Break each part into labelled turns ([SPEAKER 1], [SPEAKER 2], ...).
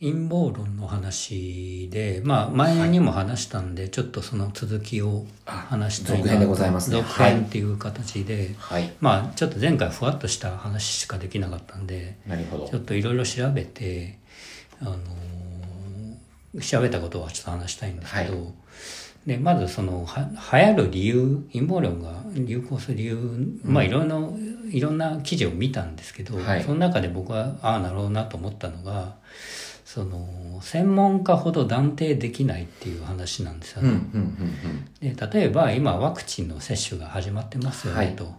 [SPEAKER 1] 陰謀論の話で、まあ、前にも話したんで、ちょっとその続きを話したいな
[SPEAKER 2] 続編でございますね
[SPEAKER 1] 続編っていう形で、
[SPEAKER 2] はい。
[SPEAKER 1] まあちょっと前回ふわっとした話しかできなかったんで
[SPEAKER 2] なるほど
[SPEAKER 1] ちょ。っといろいろ調べてあのー調べたことはちょっと話したいんですけど、
[SPEAKER 2] は
[SPEAKER 1] でまずそのは流行る理由陰謀論が流行する理由まあいろんな、いろんな記事を見たんですけど、
[SPEAKER 2] はい
[SPEAKER 1] その中で僕はああなるほどなと思ったのがその専門家ほど断定できないっていう話なんですよ
[SPEAKER 2] うん、
[SPEAKER 1] ね。
[SPEAKER 2] うん、うん、
[SPEAKER 1] で例えば今ワクチンの接種が始まってますよね、
[SPEAKER 2] はい
[SPEAKER 1] と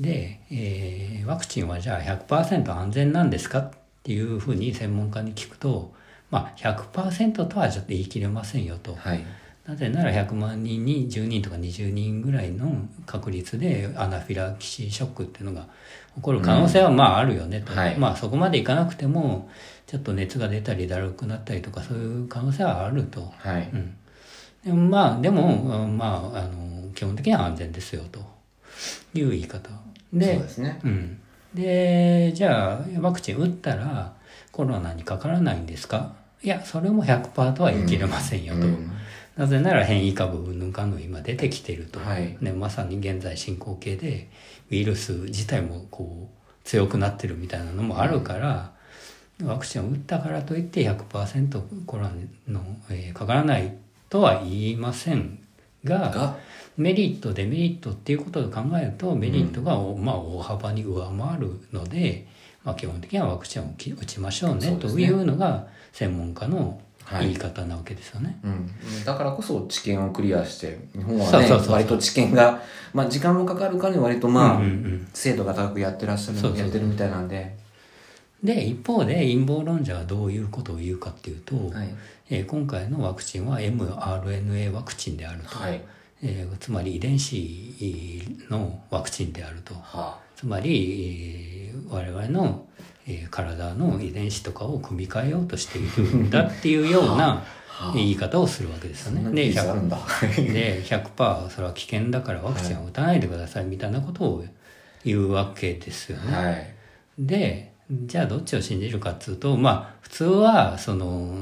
[SPEAKER 1] で、えーワクチンはじゃあ100%安全なんですかっていうふうに専門家に聞くと、まあ、100%とはちょっと言い切れませんよ
[SPEAKER 2] う
[SPEAKER 1] と
[SPEAKER 2] ん。はい。
[SPEAKER 1] なぜなら100万人に10人とか20人ぐらいの確率でアナフィラキシーショックっていうのが起こる可能性はまああるよねと、
[SPEAKER 2] うんはい
[SPEAKER 1] まあ、そこまでいかなくてもちょっと熱が出たりだるくなったりとかそういう可能性はあると。
[SPEAKER 2] はい。
[SPEAKER 1] うんでも、まあでも、うんまあ、あの基本的には安全ですよという言い方
[SPEAKER 2] そう
[SPEAKER 1] で
[SPEAKER 2] ですね。
[SPEAKER 1] うん、でじゃあワクチン打ったらコロナにかからないんですかいやそれも100%とは言い切れませんよと、
[SPEAKER 2] うん
[SPEAKER 1] なぜなら変異株うんぬんかんぬん今出てきてると、
[SPEAKER 2] はい
[SPEAKER 1] ね、まさに現在進行形でウイルス自体もこう強くなってるみたいなのもあるから、ワクチンを打ったからといって100%コロナの、えーかからないとは言いませんが
[SPEAKER 2] が、
[SPEAKER 1] メリットデメリットっていうことを考えるとメリットが、まあ、大幅に上回るので、まあ、基本的にはワクチンをき打ちましょうね
[SPEAKER 2] そう
[SPEAKER 1] と
[SPEAKER 2] ですね
[SPEAKER 1] いうのが専門家の
[SPEAKER 2] はい
[SPEAKER 1] 言い方なわけですよね。
[SPEAKER 2] うん、だからこそ知見をクリアして日本はね
[SPEAKER 1] そうそうそう
[SPEAKER 2] 割と知見が、まあ、時間もかかるから割とまあ、
[SPEAKER 1] うんうんうん
[SPEAKER 2] 精度が高くやってらっしゃる
[SPEAKER 1] そうそうそう
[SPEAKER 2] やってるみたいなんで、
[SPEAKER 1] で一方で陰謀論者はどういうことを言うかっていうと、
[SPEAKER 2] はい
[SPEAKER 1] えー今回のワクチンは mRNA ワクチンであると、
[SPEAKER 2] はい
[SPEAKER 1] えーつまり遺伝子のワクチンであると
[SPEAKER 2] は
[SPEAKER 1] つまり、えー我々の、えー体の遺伝子とかを組み替えようとしているんだっていうような
[SPEAKER 2] はあ
[SPEAKER 1] 言い方をするわけですよ
[SPEAKER 2] あ、
[SPEAKER 1] ね。
[SPEAKER 2] で
[SPEAKER 1] で
[SPEAKER 2] あるんだ
[SPEAKER 1] で100%それは危険だからワクチンは打たないでくださいみたいなことを言うわけですよね。
[SPEAKER 2] はい
[SPEAKER 1] でじゃあどっちを信じるかっつうとまあ普通はその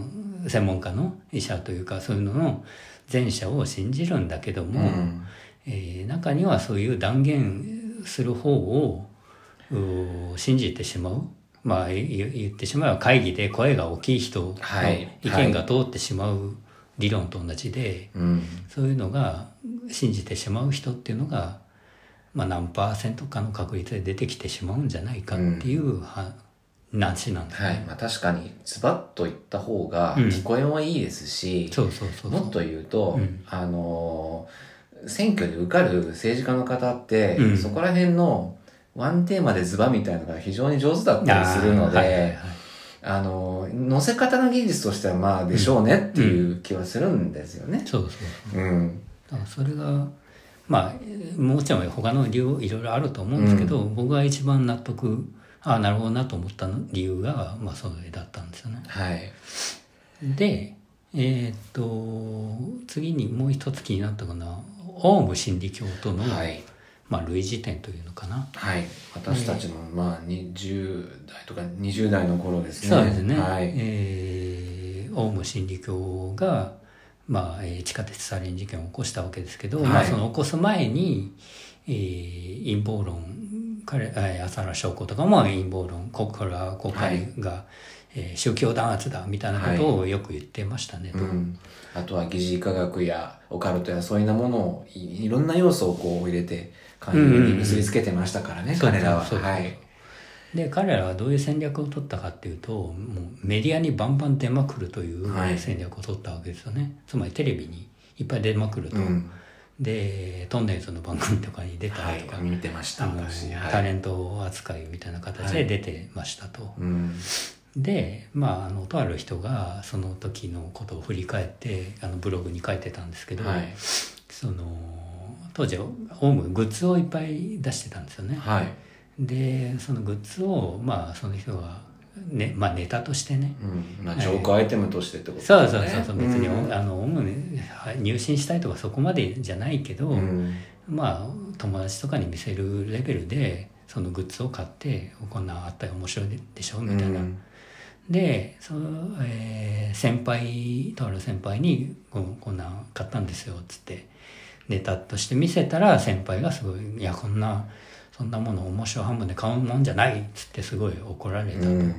[SPEAKER 1] 専門家の医者というかそういうのの前者を信じるんだけども、
[SPEAKER 2] うん
[SPEAKER 1] えー中にはそういう断言する方をうー信じてしまう。まあ、い言ってしまえば会議で声が大きい人の
[SPEAKER 2] はい
[SPEAKER 1] 意見が通ってしまう理論と同じで、
[SPEAKER 2] うん
[SPEAKER 1] そういうのが信じてしまう人っていうのが、まあ、何パーセントかの確率で出てきてしまうんじゃないかっていう話なんです、
[SPEAKER 2] はいまあ、確かにズバッと言った方が
[SPEAKER 1] うん
[SPEAKER 2] 聞こえもいいですし、
[SPEAKER 1] そうそうそうそ
[SPEAKER 2] もっ
[SPEAKER 1] う
[SPEAKER 2] と言うと、
[SPEAKER 1] うん
[SPEAKER 2] あのー選挙で受かる政治家の方って、
[SPEAKER 1] うん
[SPEAKER 2] そこら辺のワンテーマでズバみたいなのが非常に上手だったりするので、
[SPEAKER 1] あーはいはいはい
[SPEAKER 2] あのー乗せ方の技術としてはまあでしょうねっていう気はするんですよね。
[SPEAKER 1] そうそう
[SPEAKER 2] うん。
[SPEAKER 1] だからそれがまあえーもちろん他の理由いろいろあると思うんですけど、僕が一番納得ああなるほどなと思ったの理由が、まあ、それだったんですよね。
[SPEAKER 2] はい。
[SPEAKER 1] でえーっと次にもう一つ気になったかなオウム真理教との、
[SPEAKER 2] はい。
[SPEAKER 1] まあ、類似点というのかな。
[SPEAKER 2] はい。私たちの、まあ、20代とか20代の頃ですね。
[SPEAKER 1] そうですね、
[SPEAKER 2] はい。
[SPEAKER 1] えーオウム真理教が、まあえー地下鉄サリン事件を起こしたわけですけど、
[SPEAKER 2] はい
[SPEAKER 1] まあ、その起こす前に、えー陰謀論彼えー浅野翔子とかも陰謀論国家が国会が、えー宗教弾圧だみたいなことをよく言ってましたね、
[SPEAKER 2] う
[SPEAKER 1] と
[SPEAKER 2] ん、あとは疑似科学やオカルトやそういうようなものをいいろんな要素をこう入れて勧誘に結びつけてましたからね、
[SPEAKER 1] そう
[SPEAKER 2] 彼らは。
[SPEAKER 1] そうそう
[SPEAKER 2] はい、
[SPEAKER 1] で彼らはどういう戦略を取ったかっていうともうメディアにバンバン出まくるという
[SPEAKER 2] はい
[SPEAKER 1] 戦略を取ったわけですよね、つまりテレビにいっぱい出まくると、
[SPEAKER 2] うん
[SPEAKER 1] でトンネルズの番組とかに出た
[SPEAKER 2] は
[SPEAKER 1] りとか、
[SPEAKER 2] い、見てまし
[SPEAKER 1] あ
[SPEAKER 2] た
[SPEAKER 1] の
[SPEAKER 2] 私。は
[SPEAKER 1] タレ
[SPEAKER 2] い
[SPEAKER 1] ント扱いみたいな形で出てましたと、
[SPEAKER 2] うん
[SPEAKER 1] でまああのとある人がその時のことを振り返ってあのブログに書いてたんですけど、
[SPEAKER 2] はい
[SPEAKER 1] その当時オウムグッズをいっぱい出してたんですよね、
[SPEAKER 2] はい
[SPEAKER 1] でそのグッズをまあその人は、ねまあ、ネタとしてね、
[SPEAKER 2] うんまあ、
[SPEAKER 1] はい
[SPEAKER 2] ジョークアイテムとしてってこと
[SPEAKER 1] そうそうそうそう別に、
[SPEAKER 2] うん
[SPEAKER 1] あのオウムに入信したいとかそこまでじゃないけど、
[SPEAKER 2] うん
[SPEAKER 1] まあ友達とかに見せるレベルでそのグッズを買ってこんなんあったら面白いでしょみたいな、
[SPEAKER 2] うん
[SPEAKER 1] でその、えー先輩とある先輩にこん「こんなん買ったんですよ」っつってネタとして見せたら先輩がすごい「いやこんなそんなもの面白半分で買うもんじゃない」っつってすごい怒られたと。
[SPEAKER 2] うん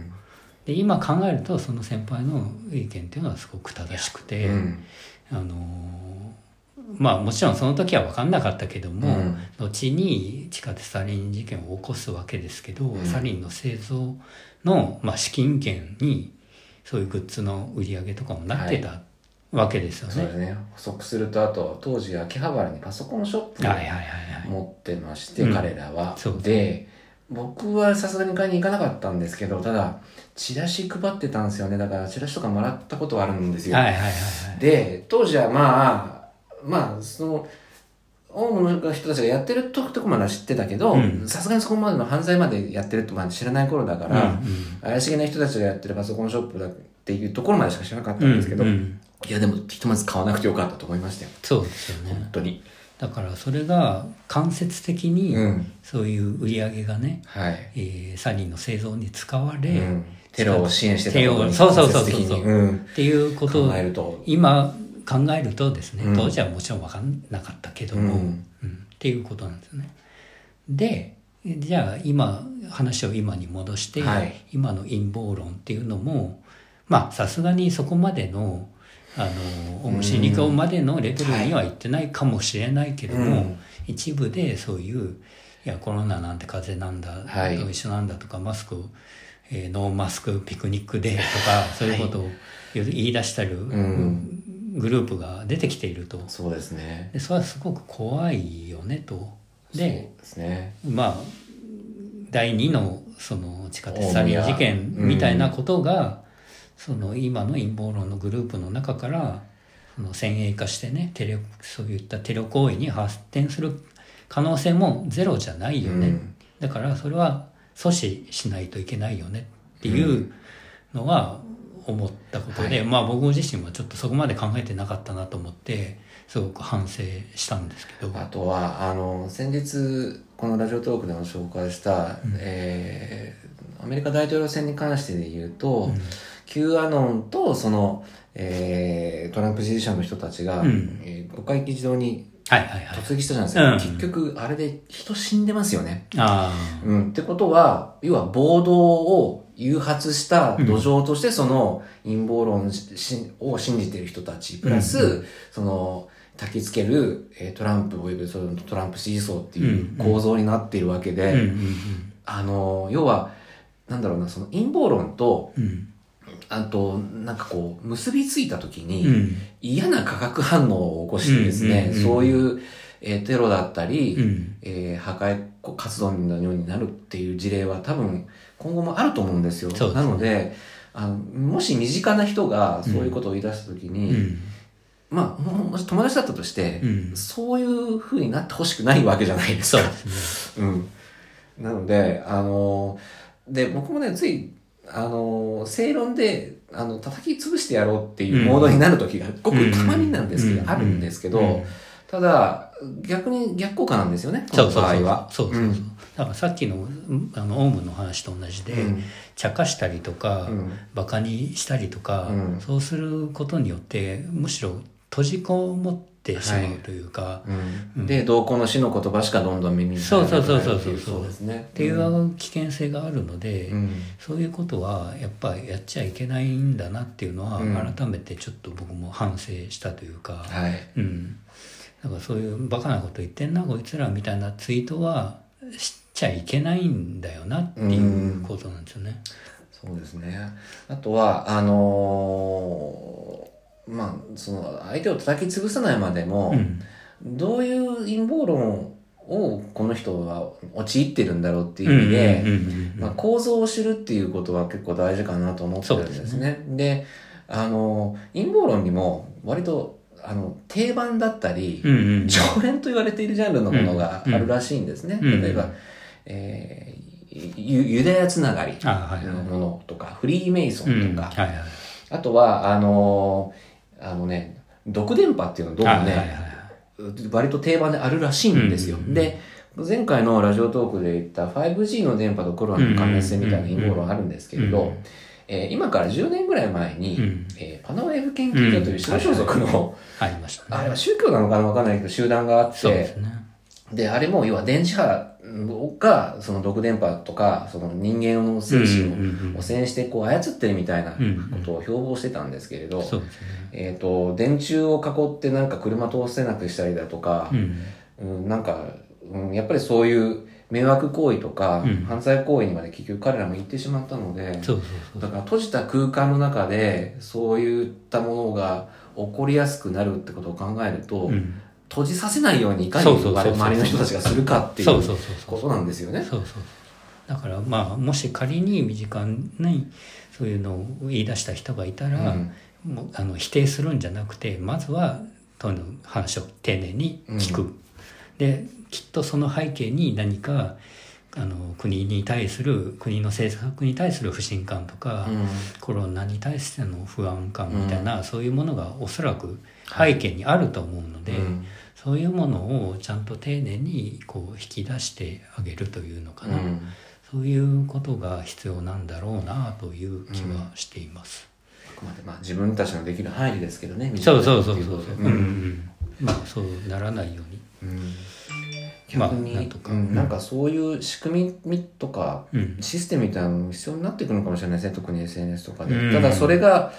[SPEAKER 1] で今考えるとその先輩の意見っていうのはすごく正しくて、
[SPEAKER 2] うん
[SPEAKER 1] あのーまあもちろんその時は分かんなかったけども、
[SPEAKER 2] うん
[SPEAKER 1] 後に地下鉄サリン事件を起こすわけですけど、
[SPEAKER 2] うん
[SPEAKER 1] サリンの製造の、まあ、資金源にそういうグッズの売り上げとかもなってたわけですよ
[SPEAKER 2] そう
[SPEAKER 1] ね。
[SPEAKER 2] ですね補足するとあと当時秋葉原にパソコンショップ
[SPEAKER 1] はいはい
[SPEAKER 2] を
[SPEAKER 1] はいはい。
[SPEAKER 2] 持ってまして、
[SPEAKER 1] うん
[SPEAKER 2] 彼らは
[SPEAKER 1] そう
[SPEAKER 2] で僕はさすがに買いに行かなかったんですけどただチラシ配ってたんですよねだからチラシとかもらったことはあるんですよ、
[SPEAKER 1] はいはいはいはい。
[SPEAKER 2] で当時はまあまあそのオウムの人たちがやってるとことこまでは知ってたけど
[SPEAKER 1] うん
[SPEAKER 2] さすがにそこまでの犯罪までやってるとまあ知らない頃だか
[SPEAKER 1] うんう
[SPEAKER 2] ら、
[SPEAKER 1] ん
[SPEAKER 2] 怪しげな人たちがやってるパソコンショップだっていうところまでしか知らなかったんですけど、
[SPEAKER 1] うんうん
[SPEAKER 2] いやでもひとまず買わなくてよかったと思いましたよ
[SPEAKER 1] そうですよね
[SPEAKER 2] 本。当に
[SPEAKER 1] だからそれが間接的に
[SPEAKER 2] うん
[SPEAKER 1] そういう売り上げがね、
[SPEAKER 2] はい、
[SPEAKER 1] えーサリンの製造に使われ、
[SPEAKER 2] う
[SPEAKER 1] っ
[SPEAKER 2] ん、テロを支援してたことに
[SPEAKER 1] テロそうそうそうそう
[SPEAKER 2] 間接的にうん、
[SPEAKER 1] ていうこと
[SPEAKER 2] 考
[SPEAKER 1] を
[SPEAKER 2] えると
[SPEAKER 1] 今考えるとですね、
[SPEAKER 2] うん
[SPEAKER 1] 当時はもちろん分かんなかったけども、
[SPEAKER 2] う
[SPEAKER 1] うんんっていうことなんですよね。でじゃあ今話を今に戻して、
[SPEAKER 2] はい
[SPEAKER 1] 今の陰謀論っていうのもまあさすがにそこまでのあのオウム真理教までのレベルには行ってないかもしれないけども、
[SPEAKER 2] うん
[SPEAKER 1] 一部でそういういやコロナなんて風邪なんだ、
[SPEAKER 2] はい
[SPEAKER 1] と一緒なんだとかマスクを、えーノーマスクピクニックデーとかそういうことを言い出したる
[SPEAKER 2] ん
[SPEAKER 1] グループが出てきていると、
[SPEAKER 2] そうですね
[SPEAKER 1] でそれはすごく怖いよねとで
[SPEAKER 2] そうですね
[SPEAKER 1] まあ第2のその地下鉄サリン事件みたいなことが、その今の陰謀論のグループの中からその先鋭化してねテレそういったテロ行為に発展する可能性もゼロじゃないよね、
[SPEAKER 2] うん
[SPEAKER 1] だからそれは阻止しないといけないよねっていうのは思ったことで、まあ僕自身はちょっとそこまで考えてなかったなと思ってすごく反省したんですけど。
[SPEAKER 2] あとはあの先日このラジオトークでも紹介した、えーアメリカ大統領選に関してで言うと、Q アノンとその、えートランプ支持者の人たちが、
[SPEAKER 1] うん
[SPEAKER 2] えー国会議事堂に
[SPEAKER 1] はいはいはい。
[SPEAKER 2] 突撃したじゃないですか、
[SPEAKER 1] うん
[SPEAKER 2] 結局あれで人死んでますよね。
[SPEAKER 1] ああ。
[SPEAKER 2] うん、ってことは要は暴動を誘発した土壌としてその陰謀論ししを信じてる人たちプラス、
[SPEAKER 1] うん
[SPEAKER 2] その焚きつけるえートランプおよびそのトランプ支持層って
[SPEAKER 1] う
[SPEAKER 2] いうん構造になっているわけで、
[SPEAKER 1] うんうん
[SPEAKER 2] あの要はなんだろうなその陰謀論と
[SPEAKER 1] うん。うん。
[SPEAKER 2] あとなんかこう結びついた時に、
[SPEAKER 1] うん。
[SPEAKER 2] 嫌な化学反応を起こしてですね、
[SPEAKER 1] うんうんうん
[SPEAKER 2] そういう、えーテロだったり、
[SPEAKER 1] うん。
[SPEAKER 2] えー破壊活動のようになるっていう事例は多分今後もあると思うんですよ。
[SPEAKER 1] そうです
[SPEAKER 2] な
[SPEAKER 1] ね
[SPEAKER 2] のであのもし身近な人がそういうことを言い出した時
[SPEAKER 1] う
[SPEAKER 2] に、
[SPEAKER 1] ん。
[SPEAKER 2] まあももし友達だったとして、
[SPEAKER 1] うん
[SPEAKER 2] そういう風になってほしくないわけじゃないです
[SPEAKER 1] そう
[SPEAKER 2] か
[SPEAKER 1] で。す
[SPEAKER 2] うん、なのであので僕もねついあの正論であの叩き潰してやろうっていうモードになる時がご
[SPEAKER 1] ね。
[SPEAKER 2] くたまになんですけど、
[SPEAKER 1] う
[SPEAKER 2] あるんですけど、
[SPEAKER 1] うん
[SPEAKER 2] ただ逆に逆効果なんですよねこ
[SPEAKER 1] そ
[SPEAKER 2] の
[SPEAKER 1] うそう
[SPEAKER 2] 場合
[SPEAKER 1] そう
[SPEAKER 2] は。
[SPEAKER 1] そうそうそううんだからさっきのうんあのオウムの話と同じで、
[SPEAKER 2] うん
[SPEAKER 1] 茶化したりとか、
[SPEAKER 2] うん
[SPEAKER 1] バカにしたりとか、
[SPEAKER 2] うん
[SPEAKER 1] そうすることによってむしろ閉じこもってしまうというか、
[SPEAKER 2] うんで同行の死の言葉しかどんどん耳に
[SPEAKER 1] そうそうそう
[SPEAKER 2] 入ら
[SPEAKER 1] そ
[SPEAKER 2] な
[SPEAKER 1] う
[SPEAKER 2] くなるってい
[SPEAKER 1] そう
[SPEAKER 2] そうですね。
[SPEAKER 1] っていう危険性があるので、
[SPEAKER 2] うん
[SPEAKER 1] そういうことはやっぱりやっちゃいけないんだなっていうのは
[SPEAKER 2] うん
[SPEAKER 1] 改めてちょっと僕も反省したというか、
[SPEAKER 2] はい
[SPEAKER 1] うん、だからそういうバカなこと言ってんなこいつらみたいなツイートはしちゃいけないんだよなっていうことなんですよね。
[SPEAKER 2] そうですね。あとは、あのーまあ、その、相手を叩き潰さないまでも、
[SPEAKER 1] うん
[SPEAKER 2] どういう陰謀論をこの人は陥ってるんだろうって
[SPEAKER 1] う
[SPEAKER 2] い
[SPEAKER 1] んうん
[SPEAKER 2] う意味で、
[SPEAKER 1] うん
[SPEAKER 2] まあ、構造を知るっていうことは結構大事かなと思ってるんです
[SPEAKER 1] そう
[SPEAKER 2] ね。であの、陰謀論にも割とあの定番だったり、
[SPEAKER 1] うんうん
[SPEAKER 2] 常連と言われているジャンルのものがあるらしいんですね。
[SPEAKER 1] うん
[SPEAKER 2] 例えば、
[SPEAKER 1] うん
[SPEAKER 2] えーゆユダヤつながり
[SPEAKER 1] あはいはい
[SPEAKER 2] のものとか、フリーメイソ
[SPEAKER 1] う
[SPEAKER 2] ン
[SPEAKER 1] ん
[SPEAKER 2] とか、
[SPEAKER 1] はいはい
[SPEAKER 2] あとは、あのーあのね、毒電波っていうのどうも
[SPEAKER 1] はい
[SPEAKER 2] ね、
[SPEAKER 1] はいはい
[SPEAKER 2] 割と定番であるらしいんですよ。
[SPEAKER 1] うんうんうん
[SPEAKER 2] で、前回のラジオトークで言った 5G の電波とコロナの関連性みたいな陰謀論あるんですけれど、
[SPEAKER 1] うんうんうん
[SPEAKER 2] ええー今から10年ぐらい前に、
[SPEAKER 1] うん
[SPEAKER 2] えーパナウェーブ研究所という少数族
[SPEAKER 1] うん
[SPEAKER 2] の、
[SPEAKER 1] ありましたね。
[SPEAKER 2] あれは宗教なのかなわかんないけど、集団があって、
[SPEAKER 1] そうですね。
[SPEAKER 2] で、あれも要は電磁波が、その毒電波とか、その人間の精
[SPEAKER 1] うんうんうん
[SPEAKER 2] 神を汚染してこう操ってるみたいなこ
[SPEAKER 1] うんうん
[SPEAKER 2] とを標榜してたんですけれど、
[SPEAKER 1] そうですね。
[SPEAKER 2] えっ、と、電柱を囲ってなんか車通せなくしたりだとか
[SPEAKER 1] う、ん。
[SPEAKER 2] うん、なんか、うん、やっぱりそういう迷惑行為とか、
[SPEAKER 1] うん
[SPEAKER 2] 犯罪行為にまで結局彼らも行ってしまったので、
[SPEAKER 1] そうそうそ
[SPEAKER 2] だ
[SPEAKER 1] う。
[SPEAKER 2] から閉じた空間の中でそういったものが起こりやすくなるってことを考えると、
[SPEAKER 1] うん
[SPEAKER 2] 閉じさせないようにいかに
[SPEAKER 1] そうそうそう
[SPEAKER 2] 我々周りの人たちがするかってい
[SPEAKER 1] そう
[SPEAKER 2] う
[SPEAKER 1] そうそうそう。
[SPEAKER 2] ことなんですよね。
[SPEAKER 1] そうそうそうだからまあもし仮に身近にそういうのを言い出した人がいたら、
[SPEAKER 2] うん
[SPEAKER 1] もうあの否定するんじゃなくてまずはとの話を丁寧に聞く、できっとその背景に何かあの国に対する国の政策に対する不信感とか、
[SPEAKER 2] うん
[SPEAKER 1] コロナに対しての不安感みたいな、そういうものがおそらく背景にあると思うので。
[SPEAKER 2] うん
[SPEAKER 1] そういうものをちゃんと丁寧にこう引き出してあげるというのかな、
[SPEAKER 2] うん
[SPEAKER 1] そういうことが必要なんだろうなという気はしています。
[SPEAKER 2] あくまでまあ自分たちのできる範囲ですけどね、
[SPEAKER 1] そうそうそうそう
[SPEAKER 2] 身近。
[SPEAKER 1] うん
[SPEAKER 2] な
[SPEAKER 1] うん。ま
[SPEAKER 2] っていこ
[SPEAKER 1] あそうならないように。
[SPEAKER 2] とでうん
[SPEAKER 1] まあ
[SPEAKER 2] 逆に、
[SPEAKER 1] なんとか
[SPEAKER 2] うんなんかそういう仕組みとか
[SPEAKER 1] うん。
[SPEAKER 2] システムみたいなのも必要になってくるのかもしれないですね、特に SNS とかで。
[SPEAKER 1] うん
[SPEAKER 2] ただそれが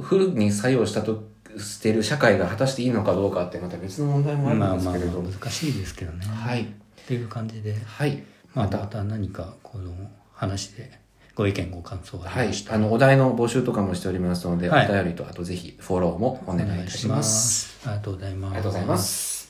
[SPEAKER 2] フルに作用したとしてる社会が果たしていいのかどうかってまた別の問題も
[SPEAKER 1] まあまあ
[SPEAKER 2] あるんです
[SPEAKER 1] まあ
[SPEAKER 2] けれど。
[SPEAKER 1] 難しいですけどね。
[SPEAKER 2] はい。
[SPEAKER 1] っていう感じで、
[SPEAKER 2] はい。
[SPEAKER 1] まあ
[SPEAKER 2] ま
[SPEAKER 1] ま
[SPEAKER 2] た
[SPEAKER 1] た何かこの話でご意見ご感想があ
[SPEAKER 2] は
[SPEAKER 1] り
[SPEAKER 2] い
[SPEAKER 1] まし、た
[SPEAKER 2] あ
[SPEAKER 1] ら
[SPEAKER 2] のお題の募集とかもしておりますので、
[SPEAKER 1] はい
[SPEAKER 2] お便りとあとぜひフォローもお願いいたします。
[SPEAKER 1] お願いします。ありがとうございます。
[SPEAKER 2] ありがとうございます。